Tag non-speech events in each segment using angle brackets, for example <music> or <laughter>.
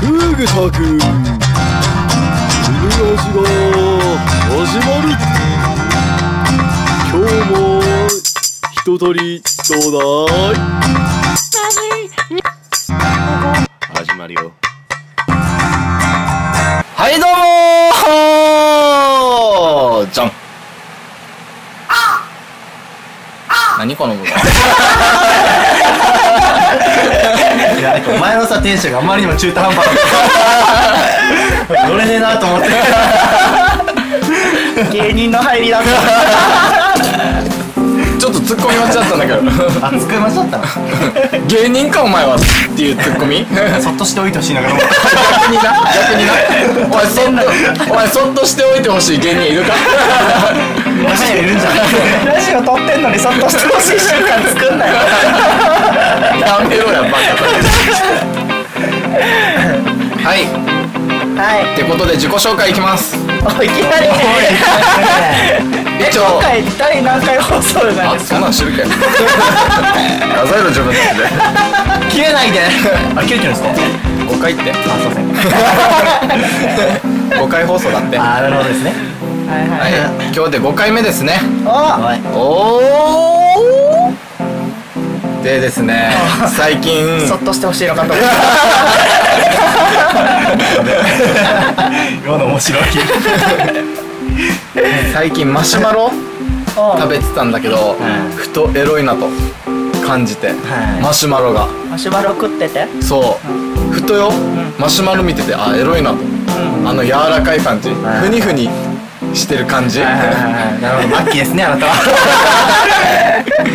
ふぐたくん犬ラジが始まる今日も一とりちょうだい始まるよはいどうもーじゃん何この部分いや、お前のさ、テンションがあまりにも中途半端だ乗れねえなと思って。芸人の入りだな。ちょっとツッコミ待ちだったんだけ <laughs> あ、机間違ったどの。芸人かお前はっていうツッコ <laughs> ミそっとしておいてほしいながら。逆にな逆 <laughs> になお前そっとお前そっとしておいてほしい芸人いるかラジオいるん <laughs> じゃない。ラジオ撮ってんのに、そっとしてほしい瞬間作んなよ。やめろやバカはいはい。ってことで自己紹介いきますおいいきなり。一応今回第何回放送なんあですそんなんしてるけ <laughs> 数えろ自分たちで切れないで。あ、切れてるんですね。 5回ってあ、すいませ <laughs> ん。 5回放送だっては <laughs> あー、なるほどですね。か。はいはい。い今日で5回目ですねお、はい。おおでです <laughs> ね最近そっとしてほしいのかと思った。今の面白い。最近マシュマロお食べてたんだけど、んふとエロいなと感じて、はいマシュマロがマシュマロ食ってて。そうふとよ、マシュマロ見ててあエロいなと、あの柔らかい感じ、んふにふにしてる感じ、なるほど、ラッキーですね、あなた <laughs> は。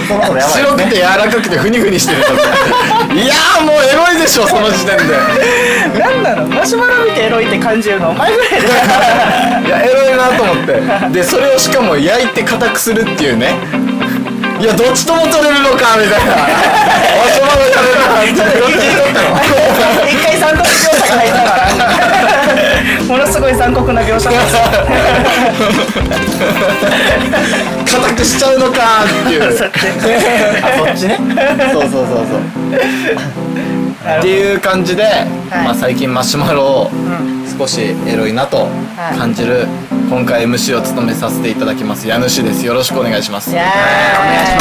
そろそろやばいです白ねくて柔らかくてふにふにしてると思って <laughs> いやーもうエロいでしょその時点でなんなの？マシュマロ見てエロいって感じるのお前ぐらいだよ。いやエロいなと思ってでそれをしかも焼いて硬くするっていうねいやどっちとも取れるのかみたいなわしまで取れるのかみたいな一回三国描写が入ったから。ものすごい残酷な描写です。硬くしちゃうのかっていうそうあ、そっちね。そうそうそうっていう感じで、まあ、最近マシュマロを少しエロいなと感じる、今回 MC を務めさせていただきます家主ですよろしくお願いしますいやー。今お願いし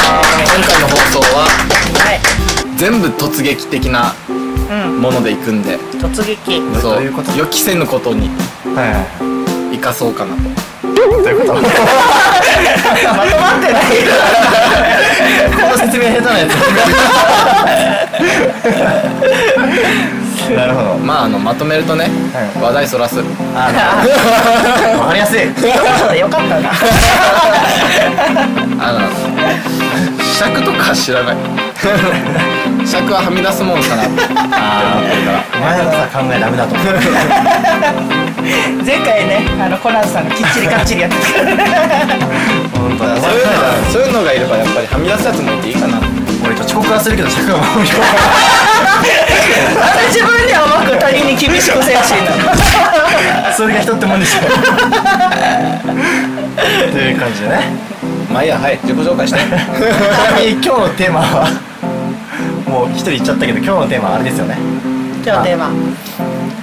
回の放送はます。はい。全部突撃的なうん。ものでいくんで、突撃。そうどういうこと予期せぬことにはい。生かそうかなとどういうことまとまって <laughs> ないこの説明下手なやつなるほどまああのまとめるとね、はい話題そらすあのわかりやすいそうだよかったな。あの尺とか知らない <laughs> 尺ははみ出すもんかなって思ってるからお前のさ考えダメだと思う前回ね、あのコナンさんがきっちりかっちりやってたから。本そういうの当がそういうのがいればやっぱりはみ出すやつもいていいかな俺と遅刻はするけど尺は守るよまた自分には甘く他人に厳しく精神なの。 <laughs> それが人ってもんでしょという感じでねまあいいやはい自己紹介 <laughs> してちなみに今日のテーマはもう一人言っちゃったけど今日のテーマはあれですよね今日のテーマ。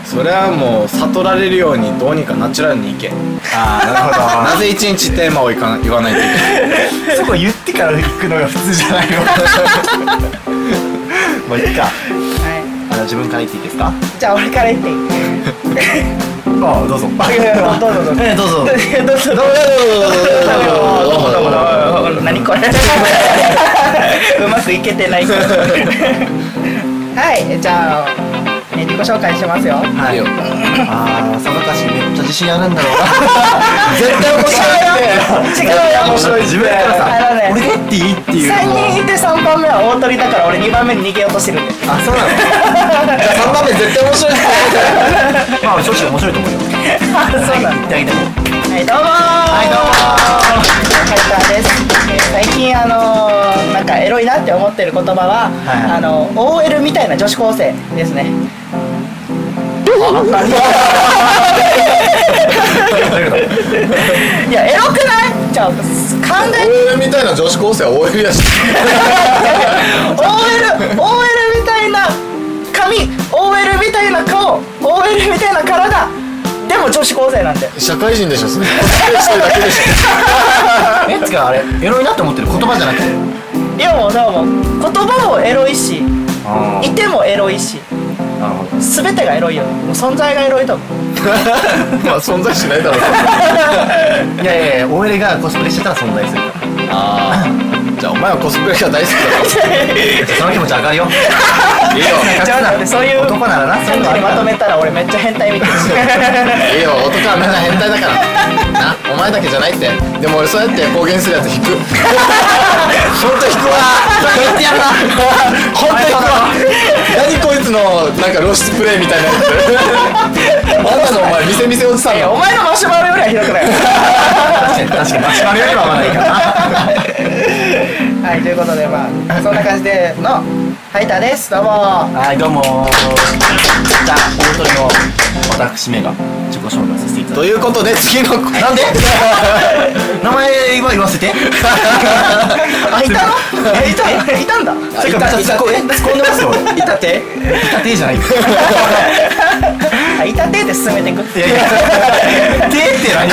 それはもう悟られるようにどうにかナチュラルにいけああなるほどなぜ一日テーマをいか言わないといけない <laughs> そこ言ってから行くのが普通じゃないよ <laughs> まあいいかはあの自分から言っていいですかい。じゃあ俺から言っていい。ああどうぞいやいやどうぞどうぞええどうぞ <laughs> どうぞ <laughs> どうぞ何これうまくいけてないけど <laughs> はいじゃあえ自己紹介しますよはいよああさぞかしめっちゃ自信あるんだろう絶対面白いって違うよな面面白白いい自分やからさあのね俺だっていいっていう3人いて3番目は大鳥だから俺2番目に逃げようとしてる <laughs> んであそうなのじゃあ3番目絶対面白いって <laughs> まあ正直面白いと思うよあそうなん言ってあげてもはいどうもはいどうもーですえー最近あのーなんかエロいなって思ってる言葉は、はあいの OL みたいな女子高生ですねどういうこといやエロくないじゃあ考え OL みたいな女子高生は OL やし OL OL みたいな髪 OL みたいな顔 OL みたいな体でも女子高生なんで社会人でしょそ <laughs> れしてるだけでしえつかあれエロいなって思ってる言葉じゃなくていやもうだからもう言葉もエロいしあいてもエロいしなるほど全てがエロいよねもう存在がエロいと思うょまあ存在しないだろうけどいやいやいや OL がコスプレしてたら存 <laughs> 在するかああじゃあお前はコスプレが大好きらその気持ち上がるよだろいいよじゃあなんで <laughs> そういう男ならなそうい感うじにのあるかまらとめたら俺めっちゃ変態みたい <laughs> にいいよ男はみんな変態だ <laughs> からなお前だけじゃないってでも俺そうやって公言するやつ引く <laughs> ほんと引くわ言ってやるなほんと引くわ何こいつのなんか露出プレイみたいなや <laughs> つなんなのお前見せ見せおじさんいやのお前のマシュマロよりはひどくない確かに <laughs> 確かにマシュマロよりは合わないからなはいということでまあそんな感じでのハイターですどうもはいどうもじゃあ大鳥の私めが自己紹介させていただときいうことで次のます <laughs> なんで名前は言わせ <laughs> てあいたのえいたいたんだそれかいた <laughs> めっちゃ突っ込ん突っ込んでますよ俺いたていたてじゃ <laughs> ないあいたてで進めていくいやいや、手って何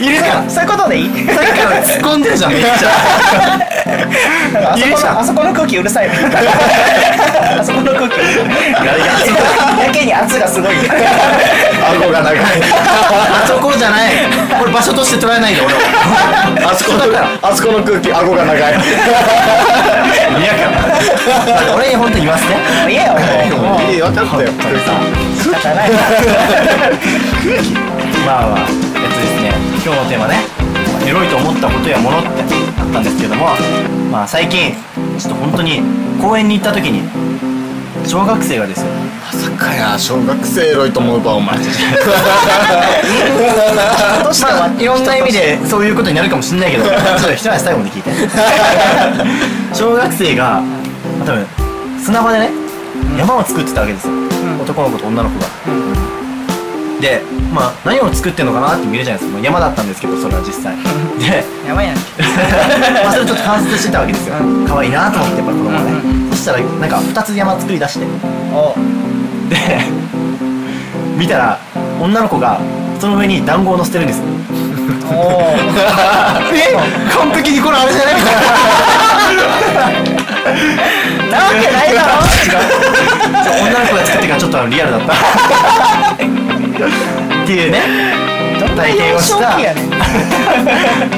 入れたら、そういうことでいいさっきから突っ込んでるじゃん、めっちゃ。なんかあそいいこじゃんのあそこの空気うるさい <laughs> よあそこの空気やけに圧がすごい顎 <laughs> が長いあそこじゃない。 <laughs> これ場所として捉えないで、俺は。あそこのあそこの空気顎が <laughs> 長い宮川。俺に本当に言わせて。いやよもうもういい分かったよ仕方ないまあまあ、えっとですね、今日のテーマね、エロいと思ったことやものってあったんですけども、まあ最近、ちょっと本当に公園に行った時に、小学生がですよ、まさかや小学生エロいと思うばお前どうしたまらあ、いろんな意味でそういうことになるかもしれ <laughs> ないけどちょっと一足最後まで聞いて小学生がまあ多分砂場でね、山を作ってたわけですよ、男の子と女の子が、でまあ何を作ってんのかなって見るじゃないですか、まあ山だったんですけどそれは実際で <laughs> やばいやんまあそれをちょっと観察してたわけですよ可愛いなと思ってやっぱ子供はね、そしたらなんか2つ山作り出しておで見たら女の子がその上に団子を乗せてるんですよおえ完璧にこれあれじゃないみたいななわけないだろ女の子が作ってからちょっとあのリアルだったっていうねどんな体験幼をし少た期やねん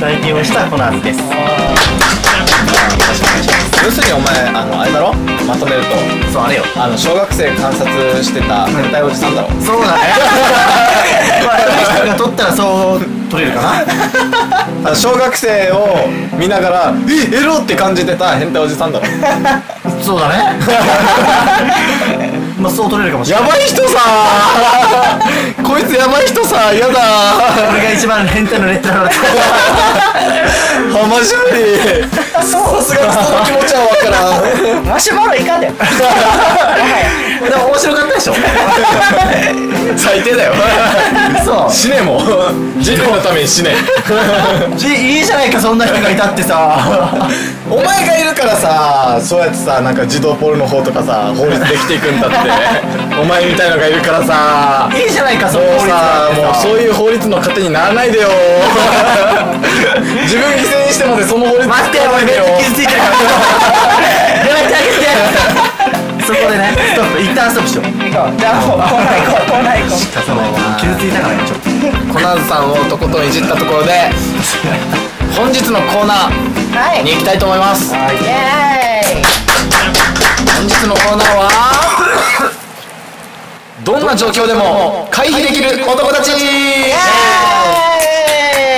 体験をしたコナーズです <laughs> 要するにお前あのあれだろまとめるとそうあれよあの小学生観察してた変態おじさんだろそうだねまああの人が撮ったらそう撮れるかなあの小学生を見ながら「えエロ!」って感じてた変態おじさんだろそうだねまあそう撮れるかもしれやないばい人さ <laughs> ーこいつやばい人さーやだーこれが一番変態のレッドだろう浜ジュリーさすが人の <laughs> 気持ちはわからんマシュマロいかんでもはやでも面白かったでしょ最低だよ <laughs> 死ねもう人類のために死ね嘘じいいじゃないかそんな人がいたってさお前がいるからさそうやってさなんか児童ポルノ法とかさ法律できていくんだ <laughs> ってお前みたいのがいるからさいいじゃないかそものう法律さなんてもうそういう法律の糧にならない <laughs> でよ自分犠牲にしてまでその法律待って使わな俺いめでっよちゃ傷つい <laughs> てるからやめてあげてそこでねストップ一旦ストップしよう行こうじゃあもうコーナー行こうコーナー行こう傷ついたからねちょっとコナンさんをとことんいじったところで本日のコーナはーいにイ行きたいと思いますエーイ本日のコーナーはどんな状況でも回避できる男たちイエ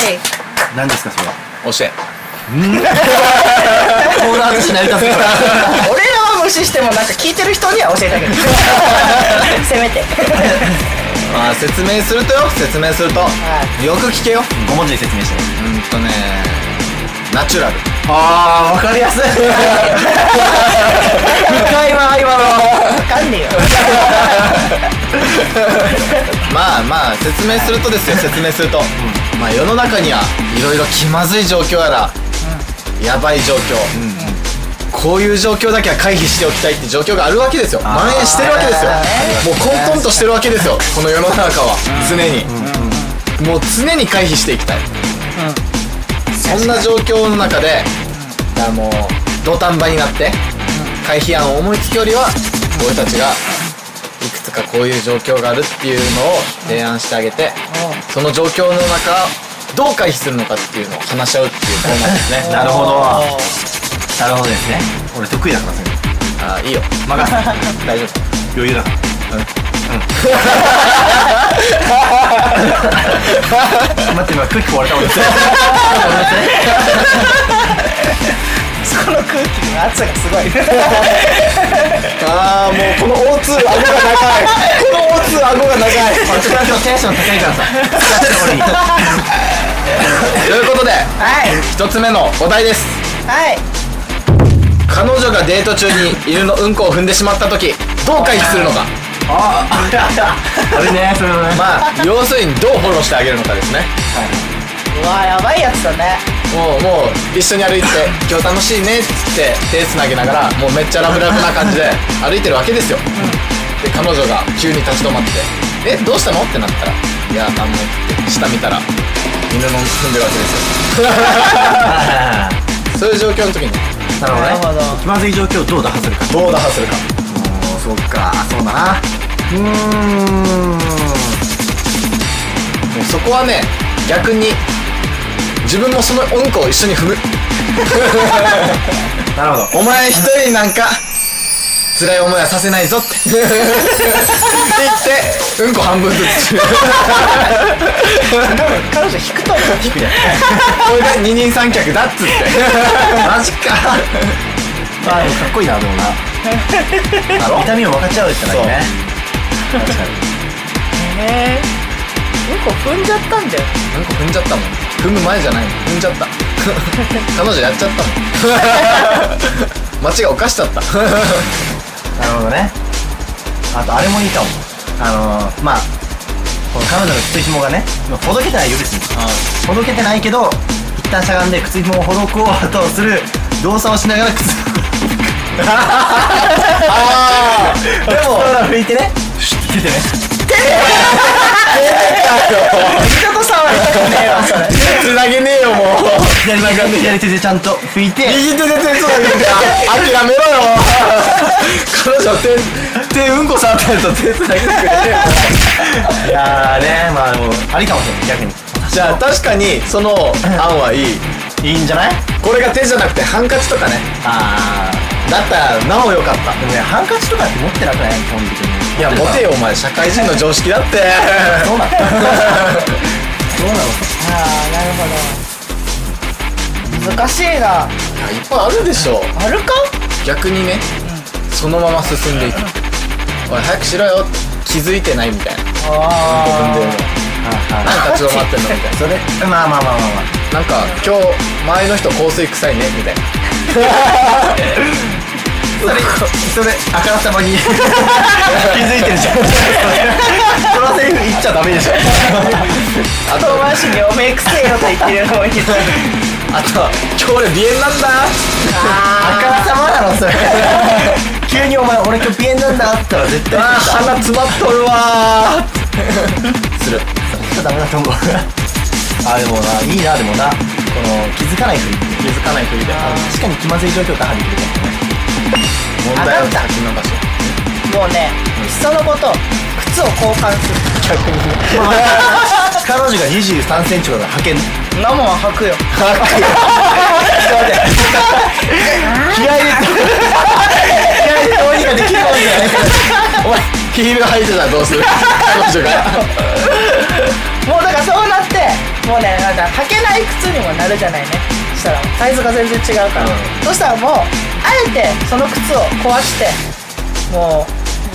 ーイ何ですかそれは教え <laughs> コーナーとして成り立つから俺らは無視してもなんか聞いてる人には教えてあ <laughs> げるせめて <laughs> まあ説明するとよ説明するといよく聞けよ5文字で説明してうんとねナチュラルああ分かりやすい深いわ今のわかんねえよまあまあ説明するとですよ説明すると、まあ世の中にはいろいろ気まずい状況やら、やばい状況、こういう状況だけは回避しておきたいって状況があるわけですよ蔓延してるわけですよあーもう混沌としてるわけですよこの世の中は常にもう常に回避していきたいそんな状況の中でだからもう土壇場になって回避案を思いつくよりは俺たちがいくつかこういう状況があるっていうのを提案してあげてその状況の中どう回避するのかっていうのを話し合うっていうコーナーですね <laughs> なるほどおーなるほどですね俺得意だからそれあーいいよ任せて <laughs> 大丈夫余裕だからうんうん待って今空気壊れたもんねそこの空気の圧がすごいああもうこの O2 顎が長いこの O2 顎が長い俺ちょっと今日テンション高いからさ俺に <laughs> ということではい一つ目のお題ですはい彼女がデート中に犬のうんこを踏んでしまった時どう回避するのかあああれねそれもねまあ要するにどうフォローしてあげるのかですねうわやばいやつだねもうもう一緒に歩いて「今日楽しいね」っつって手つなぎながらもうめっちゃラブラブな感じで歩いてるわけですよ、で彼女が急に立ち止まって「えどうしたの?」ってなったら「いや何も」って下見たら犬の踏んでるわけですよ <laughs> そういう状況の時になるほどねなるほど気まずい状況をどう打破するかどう打破するかもうそっかそうだなうーんもうそこはね逆に自分もそのうんこを一緒に踏むなるほどお前一人なんか辛い思いはさせないぞって言ってうんこ半分ずつ彼女引くと思うこれが二人三脚だっつってマジかあでもかっこいいなでも <laughs> なあの痛みを分かち合うってのはいいね確かにねうんこ踏んじゃったんだようんこ踏んじゃったもん踏む前じゃないの踏んじゃった <laughs> 彼女やっちゃっ <laughs> たもん間違い犯しちゃったなるほどねあとあれもいいかもあのー、まあこの彼女の靴紐がねまあほどけてないよ別にほどけてないけど一旦しゃがんで靴紐をほどこうとする動作をしながら靴あーでも拭いてねシュッててね二度と触りたくねえわそれつなげねえよもう左前から左手でちゃんと拭いて右手で手つなげて諦めろよ彼女手手うんこ触ったやつは手つなげてくれてよいやーねまあもうありかもしれない逆にじゃあ確かにその案はいいいいんじゃないこれが手じゃなくてハンカチとかねあだったらなおよかったーでもねハンカチとかって持ってなくない基本的にいやモテよお前社会人の常識だってどうなのどうなのああなるほど難しいない <laughs> やいっぱいあるでしょあるか逆にねそのまま進んでいくおい早くしろよ気づいてないみたいなあはいはいなんか立ち止まってんのみたいなそれまあまあまあまあまあなんか今日前の人香水臭いねみたいなそれ、それ、あからさまに気づいてるじゃん。そのセリフ言っちゃダメでしょ。あと遠回しにおめえくせえよと言ってるのもいいあとは今日俺鼻炎なんだ <laughs> あからさまだろ、それ。 <laughs> 急にお前、俺今日ピエンなんだって言ったら絶対あー鼻詰まっとるわーするちょっとダメだと思う。あ、でもな、いいな、でもな。この、気づかないふり。気づかないふりで確かに気まずい状況打破できるかもね。問題を先延ばしもうねいっそのこと靴を交換す彼女が23センチとか派遣。るなもんは履くよ気合い入れて、気合い入れてどうにかできるかもしれない。お前ヒール履いてたらどうする彼女がもうだからそうなってもうねなんか履けない靴にもなるじゃないねそしたらサイズが全然違うから、そしたらもうあえてその靴を壊しても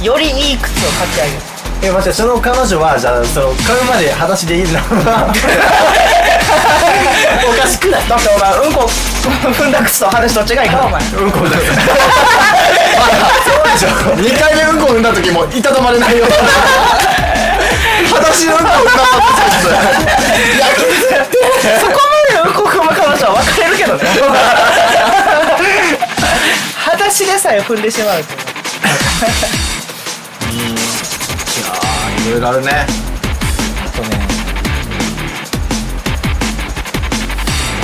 うよりいい靴を買ってあげるえ、待って、その彼女は、じゃあ、その、買うまで裸足 <laughs> でいいおのかしくないだってお前うんこ踏んだ靴と話と違いからお前うんこだけ。 2回目うんこ踏んだ時もいたたまれないよ裸足のうんこ踏んだそこまでうんこ踏む彼女は別れるけどね裸私でさえ踏んでしまうといういろいろあるねあとね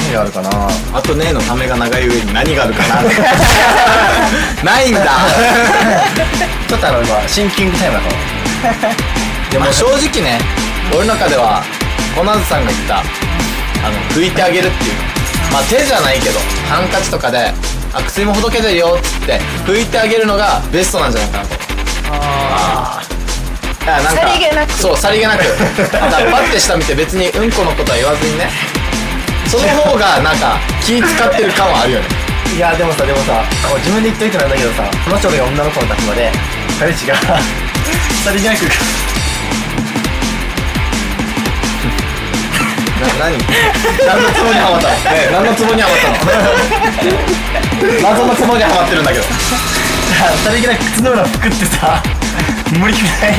何があるかなあとねのためが長い上に何があるかな <laughs> ないんだちょっとあの今シンキングタイムだからでも正直ね俺の中ではコナンズさんが言ったあの拭いてあげるっていうまあ手じゃないけどハンカチとかで「あ薬もほどけてるよ」っつって拭いてあげるのがベストなんじゃないかなとだからなんかさりげなくそうさりげなくだからパッて下見て別にうんこのことは言わずにねその方がなんか気使ってる感はあるよねいやでもさでもさこう自分で言っといてなんだけどさこの人が女の子の立場で彼氏が <laughs> さりげなくな何何のツボにハマったの、ねえ、何のツボにハマったの謎のツボにハマってるんだけどさりげなく靴の裏服ってさ <laughs> 無理くない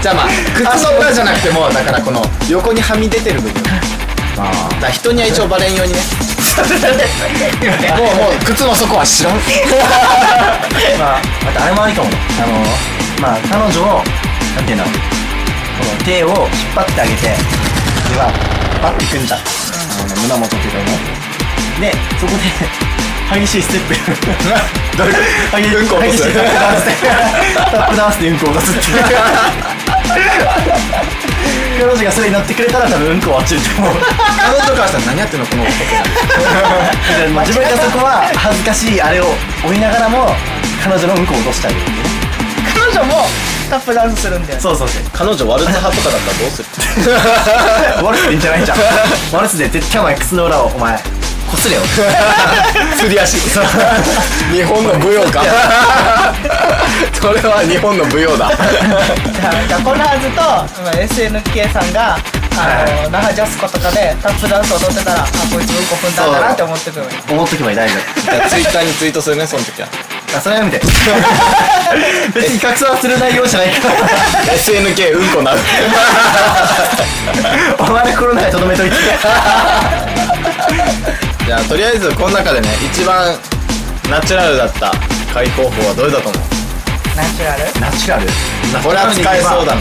じゃあまあ靴の裏じゃなくてもだからこの横にはみ出てる部分だかまあら人には一応バレんようにねもうもう靴の底は知らんまあ、またあれもありかもね。あの、まあ、彼女を、なんていうんだろう。この手を引っ張ってあげて、では、バッて組んだ。あのね、胸元っていうかね。で、 <laughs> そこで、激しいステップ。 <laughs> どれ激しいうんこを起こす激しいタップダンスで。 <laughs> タップダンスでうんこを出すって <laughs> いう。彼女がそれに乗ってくれたら多分うんこは落ちると思う。彼女からしたら何やってんのこの男まあ <laughs> 自分がそこは恥ずかしいあれを追いながらも、彼女のうんこを落としてあげるっていうね。彼女もタップダンスするんだよねそうそうそう。彼女ワルツ派とかだったらどうするワルツでいいんじゃ <laughs> ないじゃんワルツで絶対お前靴の裏をお前こすれよすり足日本の舞踊 <laughs> かそれは日本の舞踊だじゃあじゃあコナーズとまあ SNK さんがあの那覇ジャスコとかでタップダンス踊ってたらあこいつうんこ踏んだんだなって思ってくる思っとけばいい大丈ツイッターにツイートするねその時は夫あそれはやめて別に拡散する内容じゃないから <laughs> SNK うんこなるお前の心の中にとどめといてじゃあとりあえずこの中でね一番ナチュラルだった解放法はどれだと思うナチュラルナチュラルこれは使えそうだな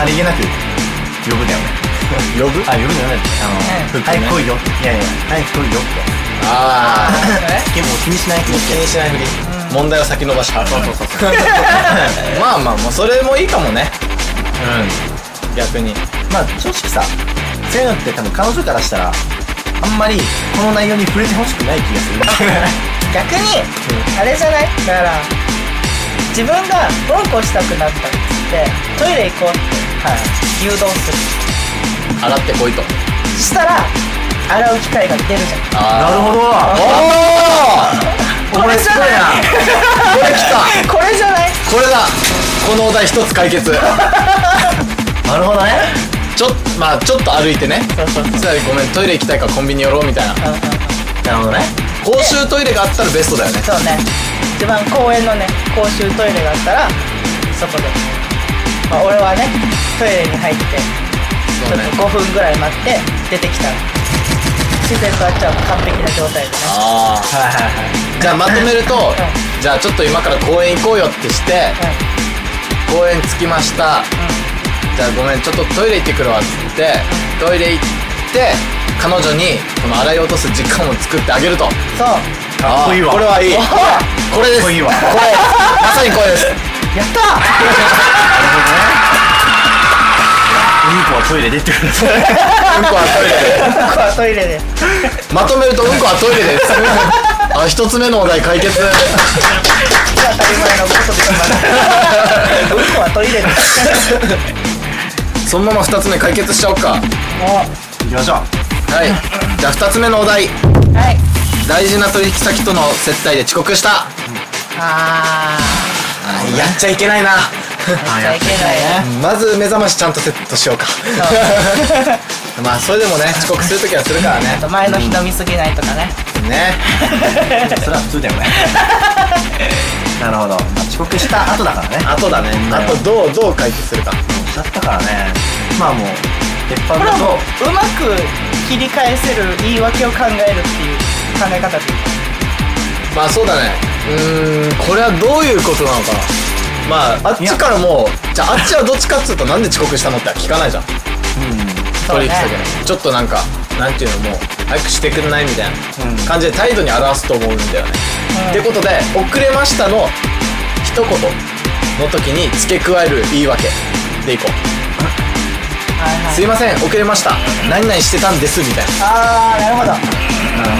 さりげなく呼ぶんだよね呼ぶあ呼ぶんじゃないあうんの、早く来いよいやいや早く来いよああなんかねってでも気にしない気に気しにしないふり問題を先延ばしはるそうそうそう <laughs> まあまあもうそれもいいかもねうん逆にまあ正直さそういうのって多分彼女からしたらあんまりこの内容に触れてほしくない気がする <laughs> 逆にあれじゃないだから自分がうんこしたくなったっつってトイレ行こうって誘導す洗ってこいとるしたら洗う機会が出るじゃあ <laughs> なるほど <laughs> ーおんこれじゃないおこれきた <laughs> これじゃないこれだこのお題一つ解決なるほどねちょまあちょっと歩いてねつまりごめんトイレ行きたいからコンビニ寄ろうみたいななるほどね公衆トイレがあったらベストだよねそうね一番公園のね公衆トイレがあったらそこで、まあ、俺はねトイレに入ってちそょうっねと5分ぐらい待って出てきたら自然とあっちゃん完璧な状態でねああはいはいはいじゃあまとめると、んじゃあちょっと今から公園行こうよってして、公園着きました、じゃあごめんちょっとトイレ行ってくるわっつってトイレ行って彼女にこの洗い落とす時間を作ってあげるとうんそうかっこいいわあーこれはいいこれですかっこいいわこれまさにこれですやったーうんこはトイレ出てくるうんこはトイレで僕はトイレでまとめるとうんこはトイレです <laughs> あ一つ目のお題解決当たり前のことで今うんこはトイレでそのまま二つ目解決しちゃおうかはいも行きましょうじゃあ二つ目のお題うはい大事な取引先との接待で遅刻したあやっちゃいけないなーやっちゃいけないねまず目覚ましちゃんとセットしようか <laughs> まあそれでもね遅刻するときはするからねあと前の日飲みすぎないとかねねそれは普通だ <laughs> よねなるほど、まあ、遅刻した後だからねあとだねあとどうどう解決するかしちゃったからねまあもう鉄板これだはもとううまく切り返せる言い訳を考えるっていう考え方でいいまあそうだねうーんこれはどういうことなのかなまああっちからもうじゃああっちはどっちかっつうとなんで遅刻したのって聞かないじゃんそう取ね引先にちょっとなんかなんていうのもう早くしてくんないみたいうんな感じで態度に表すと思うんだよね、ってことで「遅れました」の一言の時に付け加える言い訳でいこうはい「はすいいません遅れました何々してたんです」みたいなああなるほどなるほど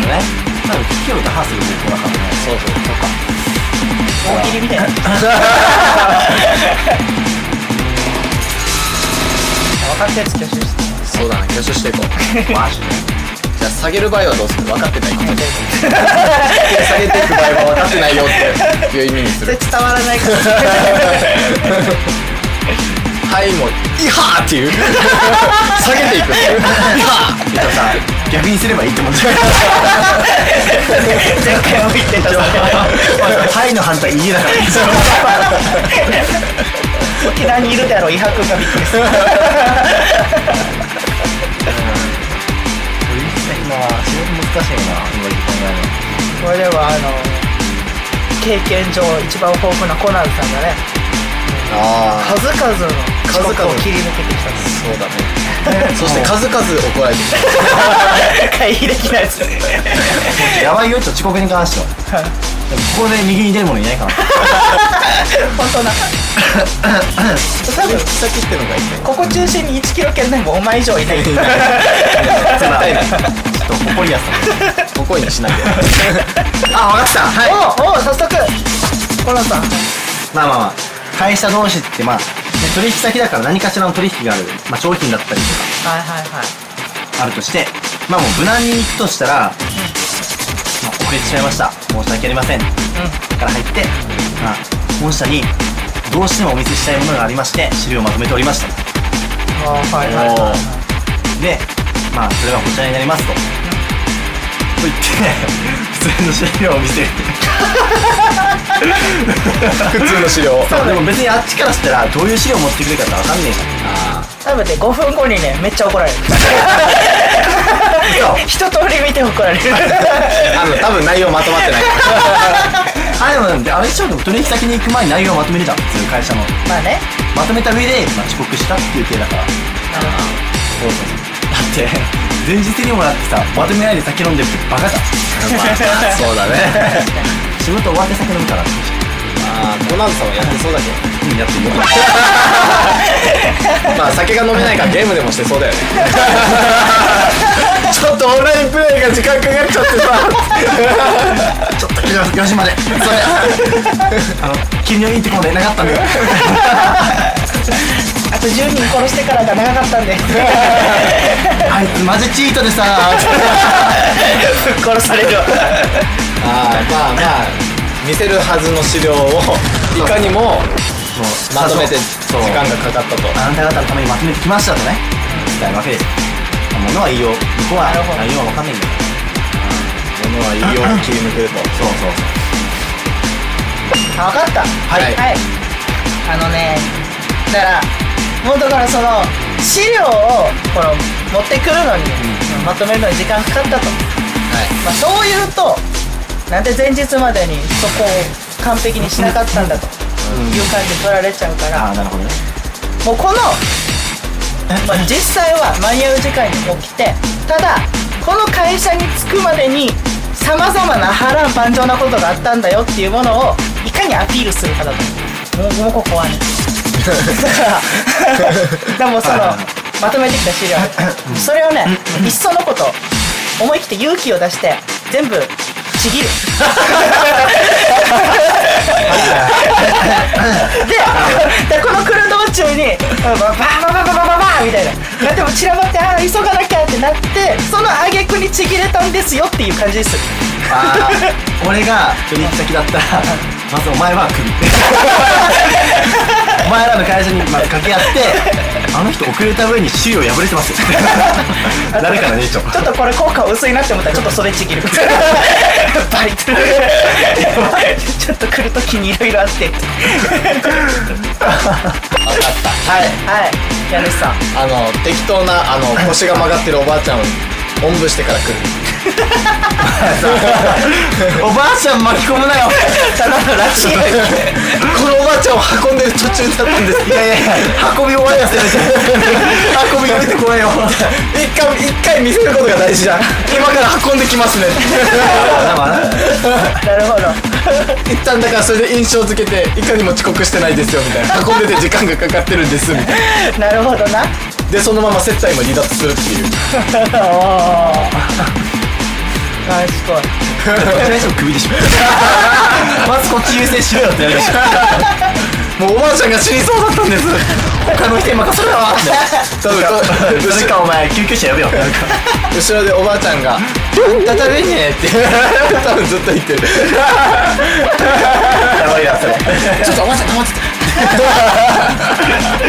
ね多分危機を打破する方法だからねそうそう大喜利みたいな分かったやつ挙手してそうだな挙手していこう <laughs> マジでじゃあ下げる場合はどうする分かってないことで下げていく場合は分かってないよっていう意味にすそる <laughs> れ伝わらないからはいもう「イハー!」っていう下げていく「イハー!」でもさ逆にすればいいってもんじゃ <laughs> ない前回も言ってたさはいの反対言えな <laughs> かった沖縄にいるであろう伊波君がびっくりする取引先な仕事難しいな今言考これではあの経験上一番豊富なコナンさんがねあ数々の遅刻を切り抜けてきたんですそうだねそして数々怒られてきた回避できないですよねえなやばいよちょっと遅刻に関してはでもここで右に出るものいないかな本当な多分先ってのがいいねここ中心に1キロ圏内もお前以上いない絶対ないちょっと誇りやすさここにしないであ分かったはい <laughs> おうおう早速コナンさんまあまあまあ会社同士ってまあね取引先だから何かしらの取引がある、まあ、商品だったりとかはいはいはいあるとしてまあもう無難に行くとしたら、まあ、遅れてしまいました申し訳ありませんから入って、まあ、本社にどうしてもお見せしたいものがありまして資料をまとめておりましたうんあーはいはいはいはいでまあそれはこちらになりますと、と言って <laughs> 普通の資料を見せる普通の資料そうでも別にあっちからしたらどういう資料を持ってくるかってわかんねえじゃん多分ね5分後にねめっちゃ怒られる <laughs> 一通り見て怒られるあの多分内容まとまってないあでもなんであれでしょでも取引先に行く前に内容をまとめるじゃん普通会社のまあねまとめた上で、まあ、遅刻したっていう体だからそうそうそうだって前日にもらってさまとめないで酒飲んでるってバカじゃん <laughs> そうだね仕事終わって酒飲むからってまあコナンさんはやってそうだけうんやってるよど <laughs> まあ酒が飲めないからゲームでもしてそう <laughs> だよねちょっとオンラインプレイが時間かかっちゃってさ <laughs> ちょっと広島でそれあの君のいいところでなかったんだよあと10人殺してからが長かったんであいつマジチートでさ殺されるわあーまあまあ見せるはずの資料をいかにももうまとめて時そう間がかかったとあなた方のためにまとめてきましたとね伝えるわけですものはいいよ向こうはなるほど内容は分かんないんだよものはいいように切り抜けるとそうそうそう <laughs> あ分かったはいはい、あのねだからもうだからその資料をこの持ってくるのに、まとめるのに時間かかったと、まあ、そう言うとなんで前日までにそこを完璧にしなかったんだという感じで取られちゃうから、ああなるほどねもうこの、まあ、実際は間に合う時間に起きてただこの会社に着くまでにさまざまな波乱万丈なことがあったんだよっていうものをいかにアピールするかだともうもうここはねだから <laughs> でもそのはいはいはいまとめてきた資料それをねいっそのこと思い切って勇気を出して全部ちぎるででこの来る道中にババババババババみたいななっても散らばってああ急がなきゃってなってその挙句にちぎれたんですよっていう感じですああ俺が取引先だったらまずお前はクビ <laughs> お前らの会社にまず掛け合ってあの人遅れた上に資料破れ <laughs> てますよ誰からねえちょちょっとこれ効果薄いなって思ったらちょっとそれちぎるバリッてちょっと来るときにいろいろあって分かったははいい家主さんあの適当なあの腰が曲がってるおばあちゃんをおんぶしてから来るおばあちゃん巻き込むなよただのラッキーこのおばあちゃんを運んでる途中だったんですいやいや運び終わらせて運び終えてこいよ一回一回見せることが大事じゃん今から運んできますねなるほど一旦だからそれで印象付けていかにも遅刻してないですよみたいな運んでて時間がかかってるんですみたいななるほどな <laughs> でそのまま接待も離脱するっていうおー賢い最初首でしょまずこっち優先しろよってやるでしょもうおばあちゃんが死にそうだったんです他の人に任せろよ多分こそれかお前救急車呼べよ後ろでおばあちゃ <laughs> んが「再びね」って多分ずっと言ってるやばいなそれちょっとおばあちゃん黙っててあ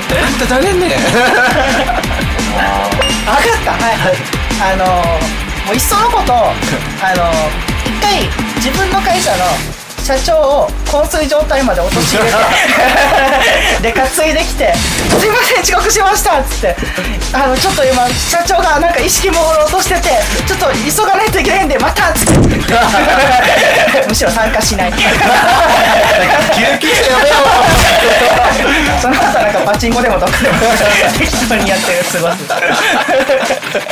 んた誰ね分かったはいあのーもういっその <laughs> ことあのー一回自分の会社の社長を昏睡状態まで陥れて <laughs> で担いできて「すいません遅刻しました」っつってあのちょっと今社長がなんか意識朦朧としててちょっと急がないといけないんでまたっつって <laughs> むしろ参加しない救急車やべよ <laughs> その後なんかパチンコでもどっかでも適当にやって過ごす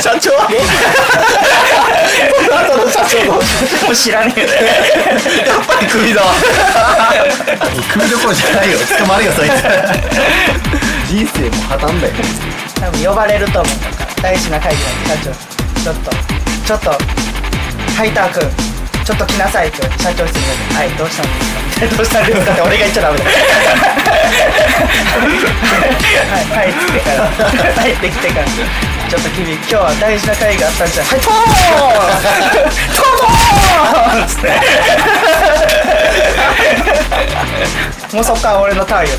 社長はこの後の社長のもう知らねえやっぱり首だわ首どころじゃないよ捕まるよそいつ人生も破綻だよ多分呼ばれると思うから大事な会議なんで社長ちょっとちょっとハイター君ちょっと来なさいって社長室に言われて「はいどうしたんですか?」みたいな「どうしたんですか?」って俺が言っちゃダメだはい帰ってから帰ってきてからちょっと君今日は大事な会議があったんじゃんはいトーントーンっつってもうそっから俺のターンよね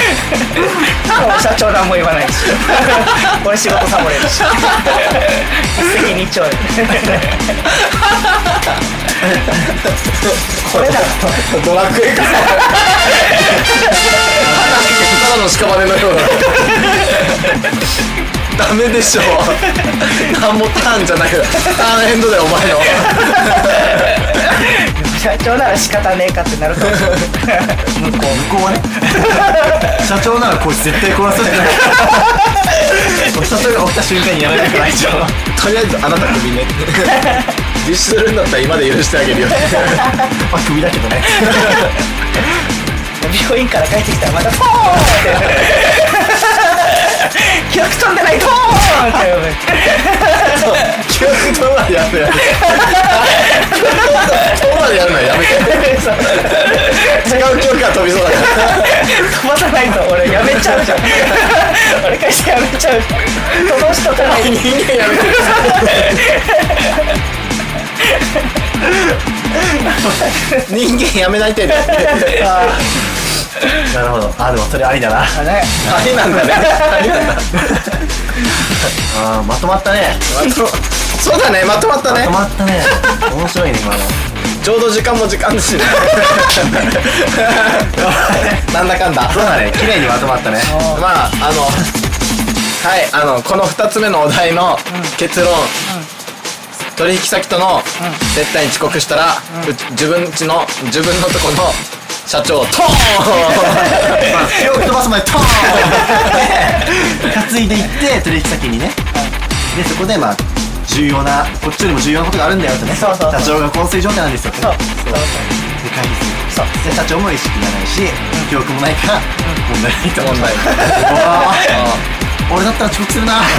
もう社長何も言わないし俺仕事サボれるし一石二鳥これだドラクエかただの屍のようなダメでしょ何もターンじゃないよターンエンドだよお前の社長なら仕方ねえかってなるかもしれない向こう向こうはね <laughs> 社長ならこいつ絶対殺すってない <laughs> 社長が起きた瞬間にやられるから一応とりあえずあなたクビね実施するんだったら今で許してあげるよまあ首だけどね病院から帰ってきたらまたポーンって記憶飛んでないポーンって記憶飛ばでやめやめ飛ばでやるのはやめてそう <laughs> 違う記憶が飛びそうだから飛ばさないと俺やめちゃうじゃん俺会社やめちゃうじゃん飛ばしとかないと人間やめて人間やめないってねかなるほどあでもそれありだなねありなんだねあーまとまったねまとそうだねまとまったまねとまったね面白いね今のちょうど時間も時間だしねなんだかんだそうだね綺麗にまとまったねまああのはいあのこの2つ目のお題の結論、取引先との絶対に遅刻したら、うち自分ちの自分のとこの社長をトーン記憶飛ばす前トーン担いでいって取引先にねでそこでまあ重要なこっちよりも重要なことがあるんだよってねそうそうそう社長が昏睡状態なんですよそうで会議するで社長も意識がないし記憶もないから問題ないと思問う題うわー <laughs> 俺だったら遅刻するな選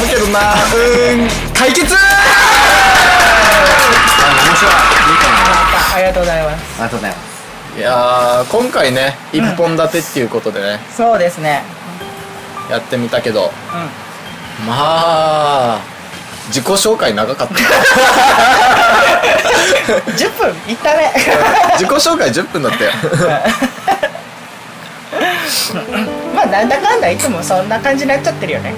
ぶけどなうーん解決あ面白いいいかもねありがとうございますありがとうございますいやー今回ね一本立てっていうことでね、そうですねやってみたけどうんまあ自己紹介 <laughs> 長かった10分いったね自己紹介10分だったよまあなんだかんだいつもそんな感じになっちゃってるよね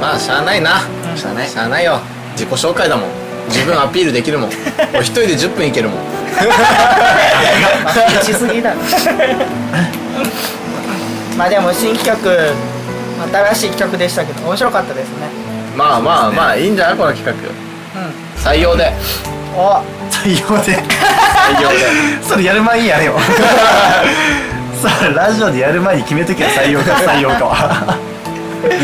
まあしゃあないな、しゃあないしゃあないよ自己紹介だもん自分アピールできるも <laughs> ん俺一人で10分いけるもんまあ打ちすぎだろまあでも新企画新しい企画でしたけど面白かったですねまあまあまあいいんじゃないこの企うん画採 <laughs> 用でお採用で採用でそれやる前にや <laughs> れよそれラジオでやる前に決めときは採用か不採用かは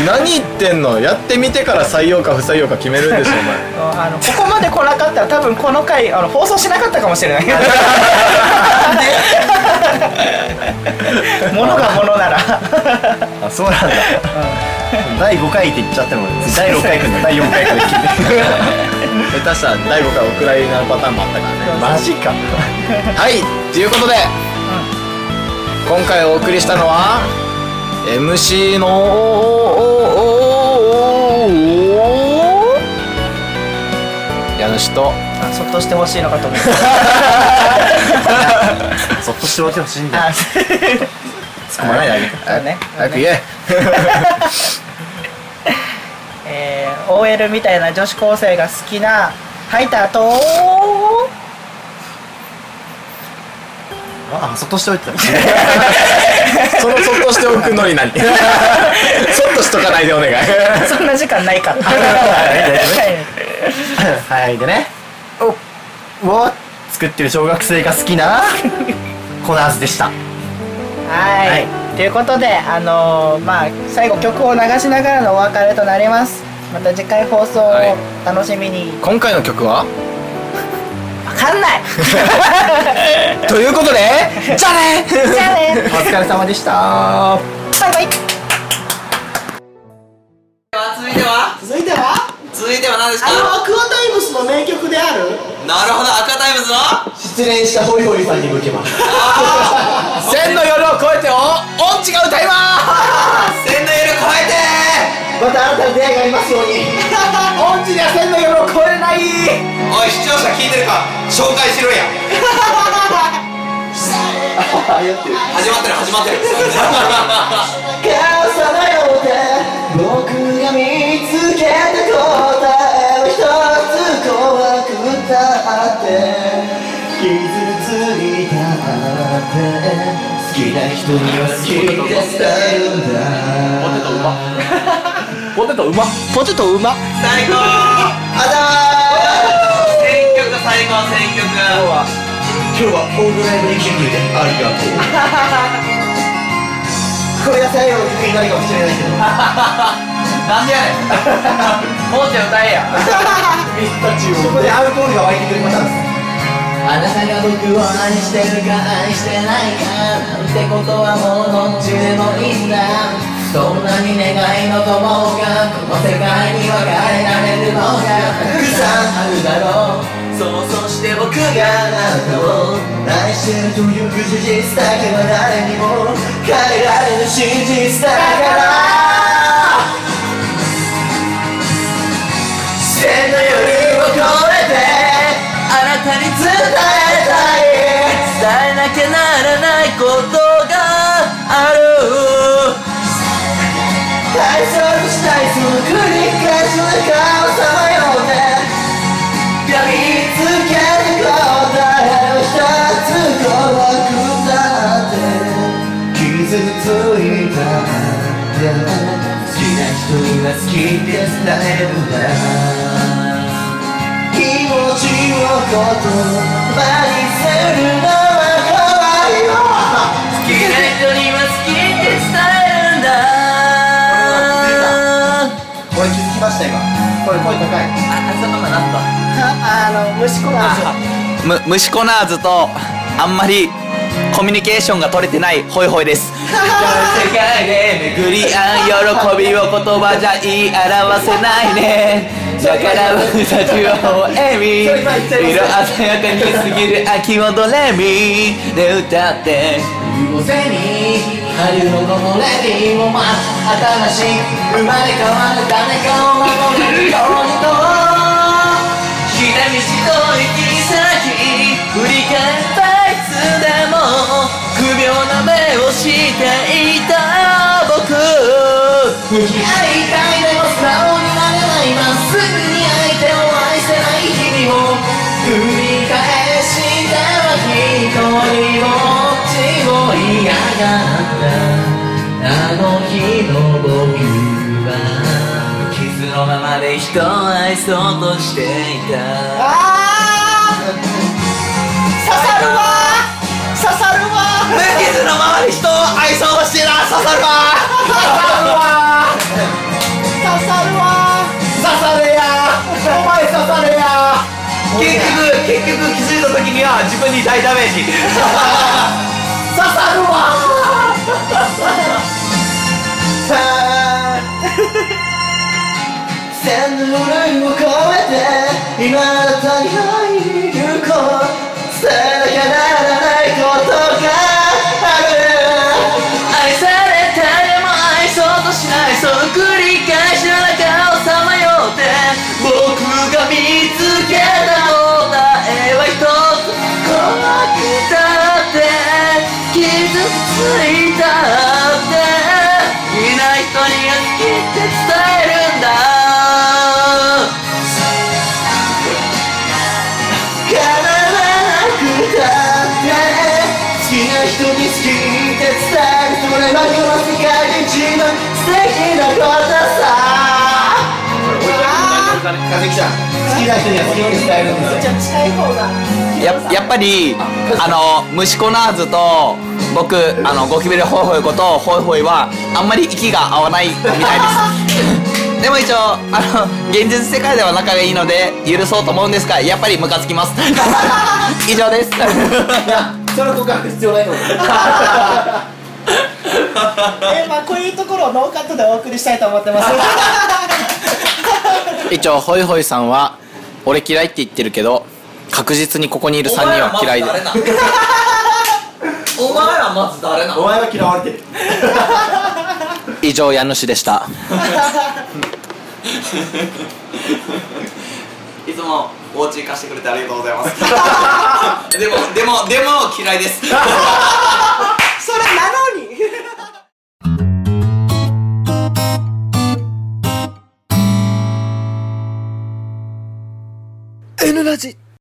何言ってんのやってみてから採用か不採用か決めるんでしょお前あのここまで来なかったら多分この回あの放送しなかったかもしれないものがものならあそうなんだ第5回って言っちゃっても第6回から第4回から下手したら第5回お蔵入りになるパターンもあったからねマジかはいということで、今回お送りしたのは MC の家主とあそっとしてほしいのかと思ってそっとしておいてほしいんだよあそう突っ込まないであげてだね早く言ええー、OL みたいな女子高生が好きなハイターとあそっとしておいてたそのそっとしておくのに何 <laughs> そっとしとかないでお願いそんな時間ないから <laughs> はいでねおを作ってる小学生が好きなコナーズでしたはい、ということであのーまあ最後曲を流しながらのお別れとなりますまた次回放送をはい楽しみに、今回の曲わはかんない <laughs> ということでじゃあねじゃあねお疲れ様でしたバイバイ続いては続いては続いては何ですかあのアクアタイムスの名曲であるなるほど赤タイムズの失恋したホイホイさんに向けます千の夜を越えておオンチが歌いま千の夜超えてまた新たに出会いがありますように音痴には千の夜を超えれないおい視聴者聞いてるか紹介しろ <laughs> や始まってる始まって <laughs> る <laughs> 母さまよって僕が見つけた答えを一つ怖くたって傷ついたって好きな人には好きって伝えるんだすポテトうまポテトうま最高あだ選曲最高選曲今日はオールライブに来てくれてありがとうこれが最後の曲になるかもしれないけどなんでやねんもうちょい歌えやそこでアルコールが湧いてくれましたあなたが僕を愛してるか愛してないかなんてことはもうどっちでもいいんだどんなに願いの友がこの世界には変えられるのがたくさんあるだろうそうそして僕があなたを愛してるという事実だけは誰にも変えられる真実だから千の夜を越えてあなたに伝えたい伝えなきゃならないことがある大切にしたいその繰り返しの顔さまようでやり続ける答えを一つ怖くたって傷ついたって好きな人には好きって伝えるんだ気持ちを言葉にするのは怖いよ好きな人には好きって伝えるんだこれ気づきました今これ声高いあそのままなんとあの息子なんですよむ虫コナーズとあんまりコミュニケーションが取れてないホイホイです世界で巡り合う喜びを言葉じゃ言い表せないねだから僕たちを微笑み色鮮やかに過ぎる秋をドレミで歌って午前に春のこのレディーを待つ新しい生まれ変わる誰かを守れるようにとひたみしと行き先振り返ったいつでも不病な目をしていた僕向き合いたいでも素直になれないまっすぐに相手を愛せない日々を繰り返しては一人ぼっちを嫌があの日の僕は傷のままで人を愛そうとしていたあー刺さるわー刺さるわ無傷のままで人を愛そうとしてた刺さるわー刺さるわ結局結局気づいた時には自分に大ダメージー刺さるわ千の類を超えて今あなたに会いに行こう伝えなきゃならないことがある愛されたいでも愛そうとしないその繰り返しの中をさまよって僕が見つけた答えは一つ <laughs> 怖くたって傷ついたっていない人には好きって伝えるんだ叶わなくたって好きな人に好きって伝えてもらえばこの世界で一番素敵なことさ風邪きちゃん好きな人には好きに伝えるんですよじゃあ近い方がややっぱりあの虫コナーズと僕あのゴキブリホイホイことホイホイはあんまり息が合わないみたいです <laughs> でも一応あの現実世界では仲がいいので許そうと思うんですがやっぱりムカつきます <laughs> 以上ですいやそれは告白必要ないと思うえーまあこういうところをノーカットでお送りしたいと思ってます <laughs> 一応ホイホイさんは俺嫌いって言ってるけど確実にここにいる3人は嫌いでお前らまず誰なお前は嫌われてる以上家主でしたいつもお家貸してくれてありがとうございます <laughs> でもでもでも嫌いですそれなのにの N ラジ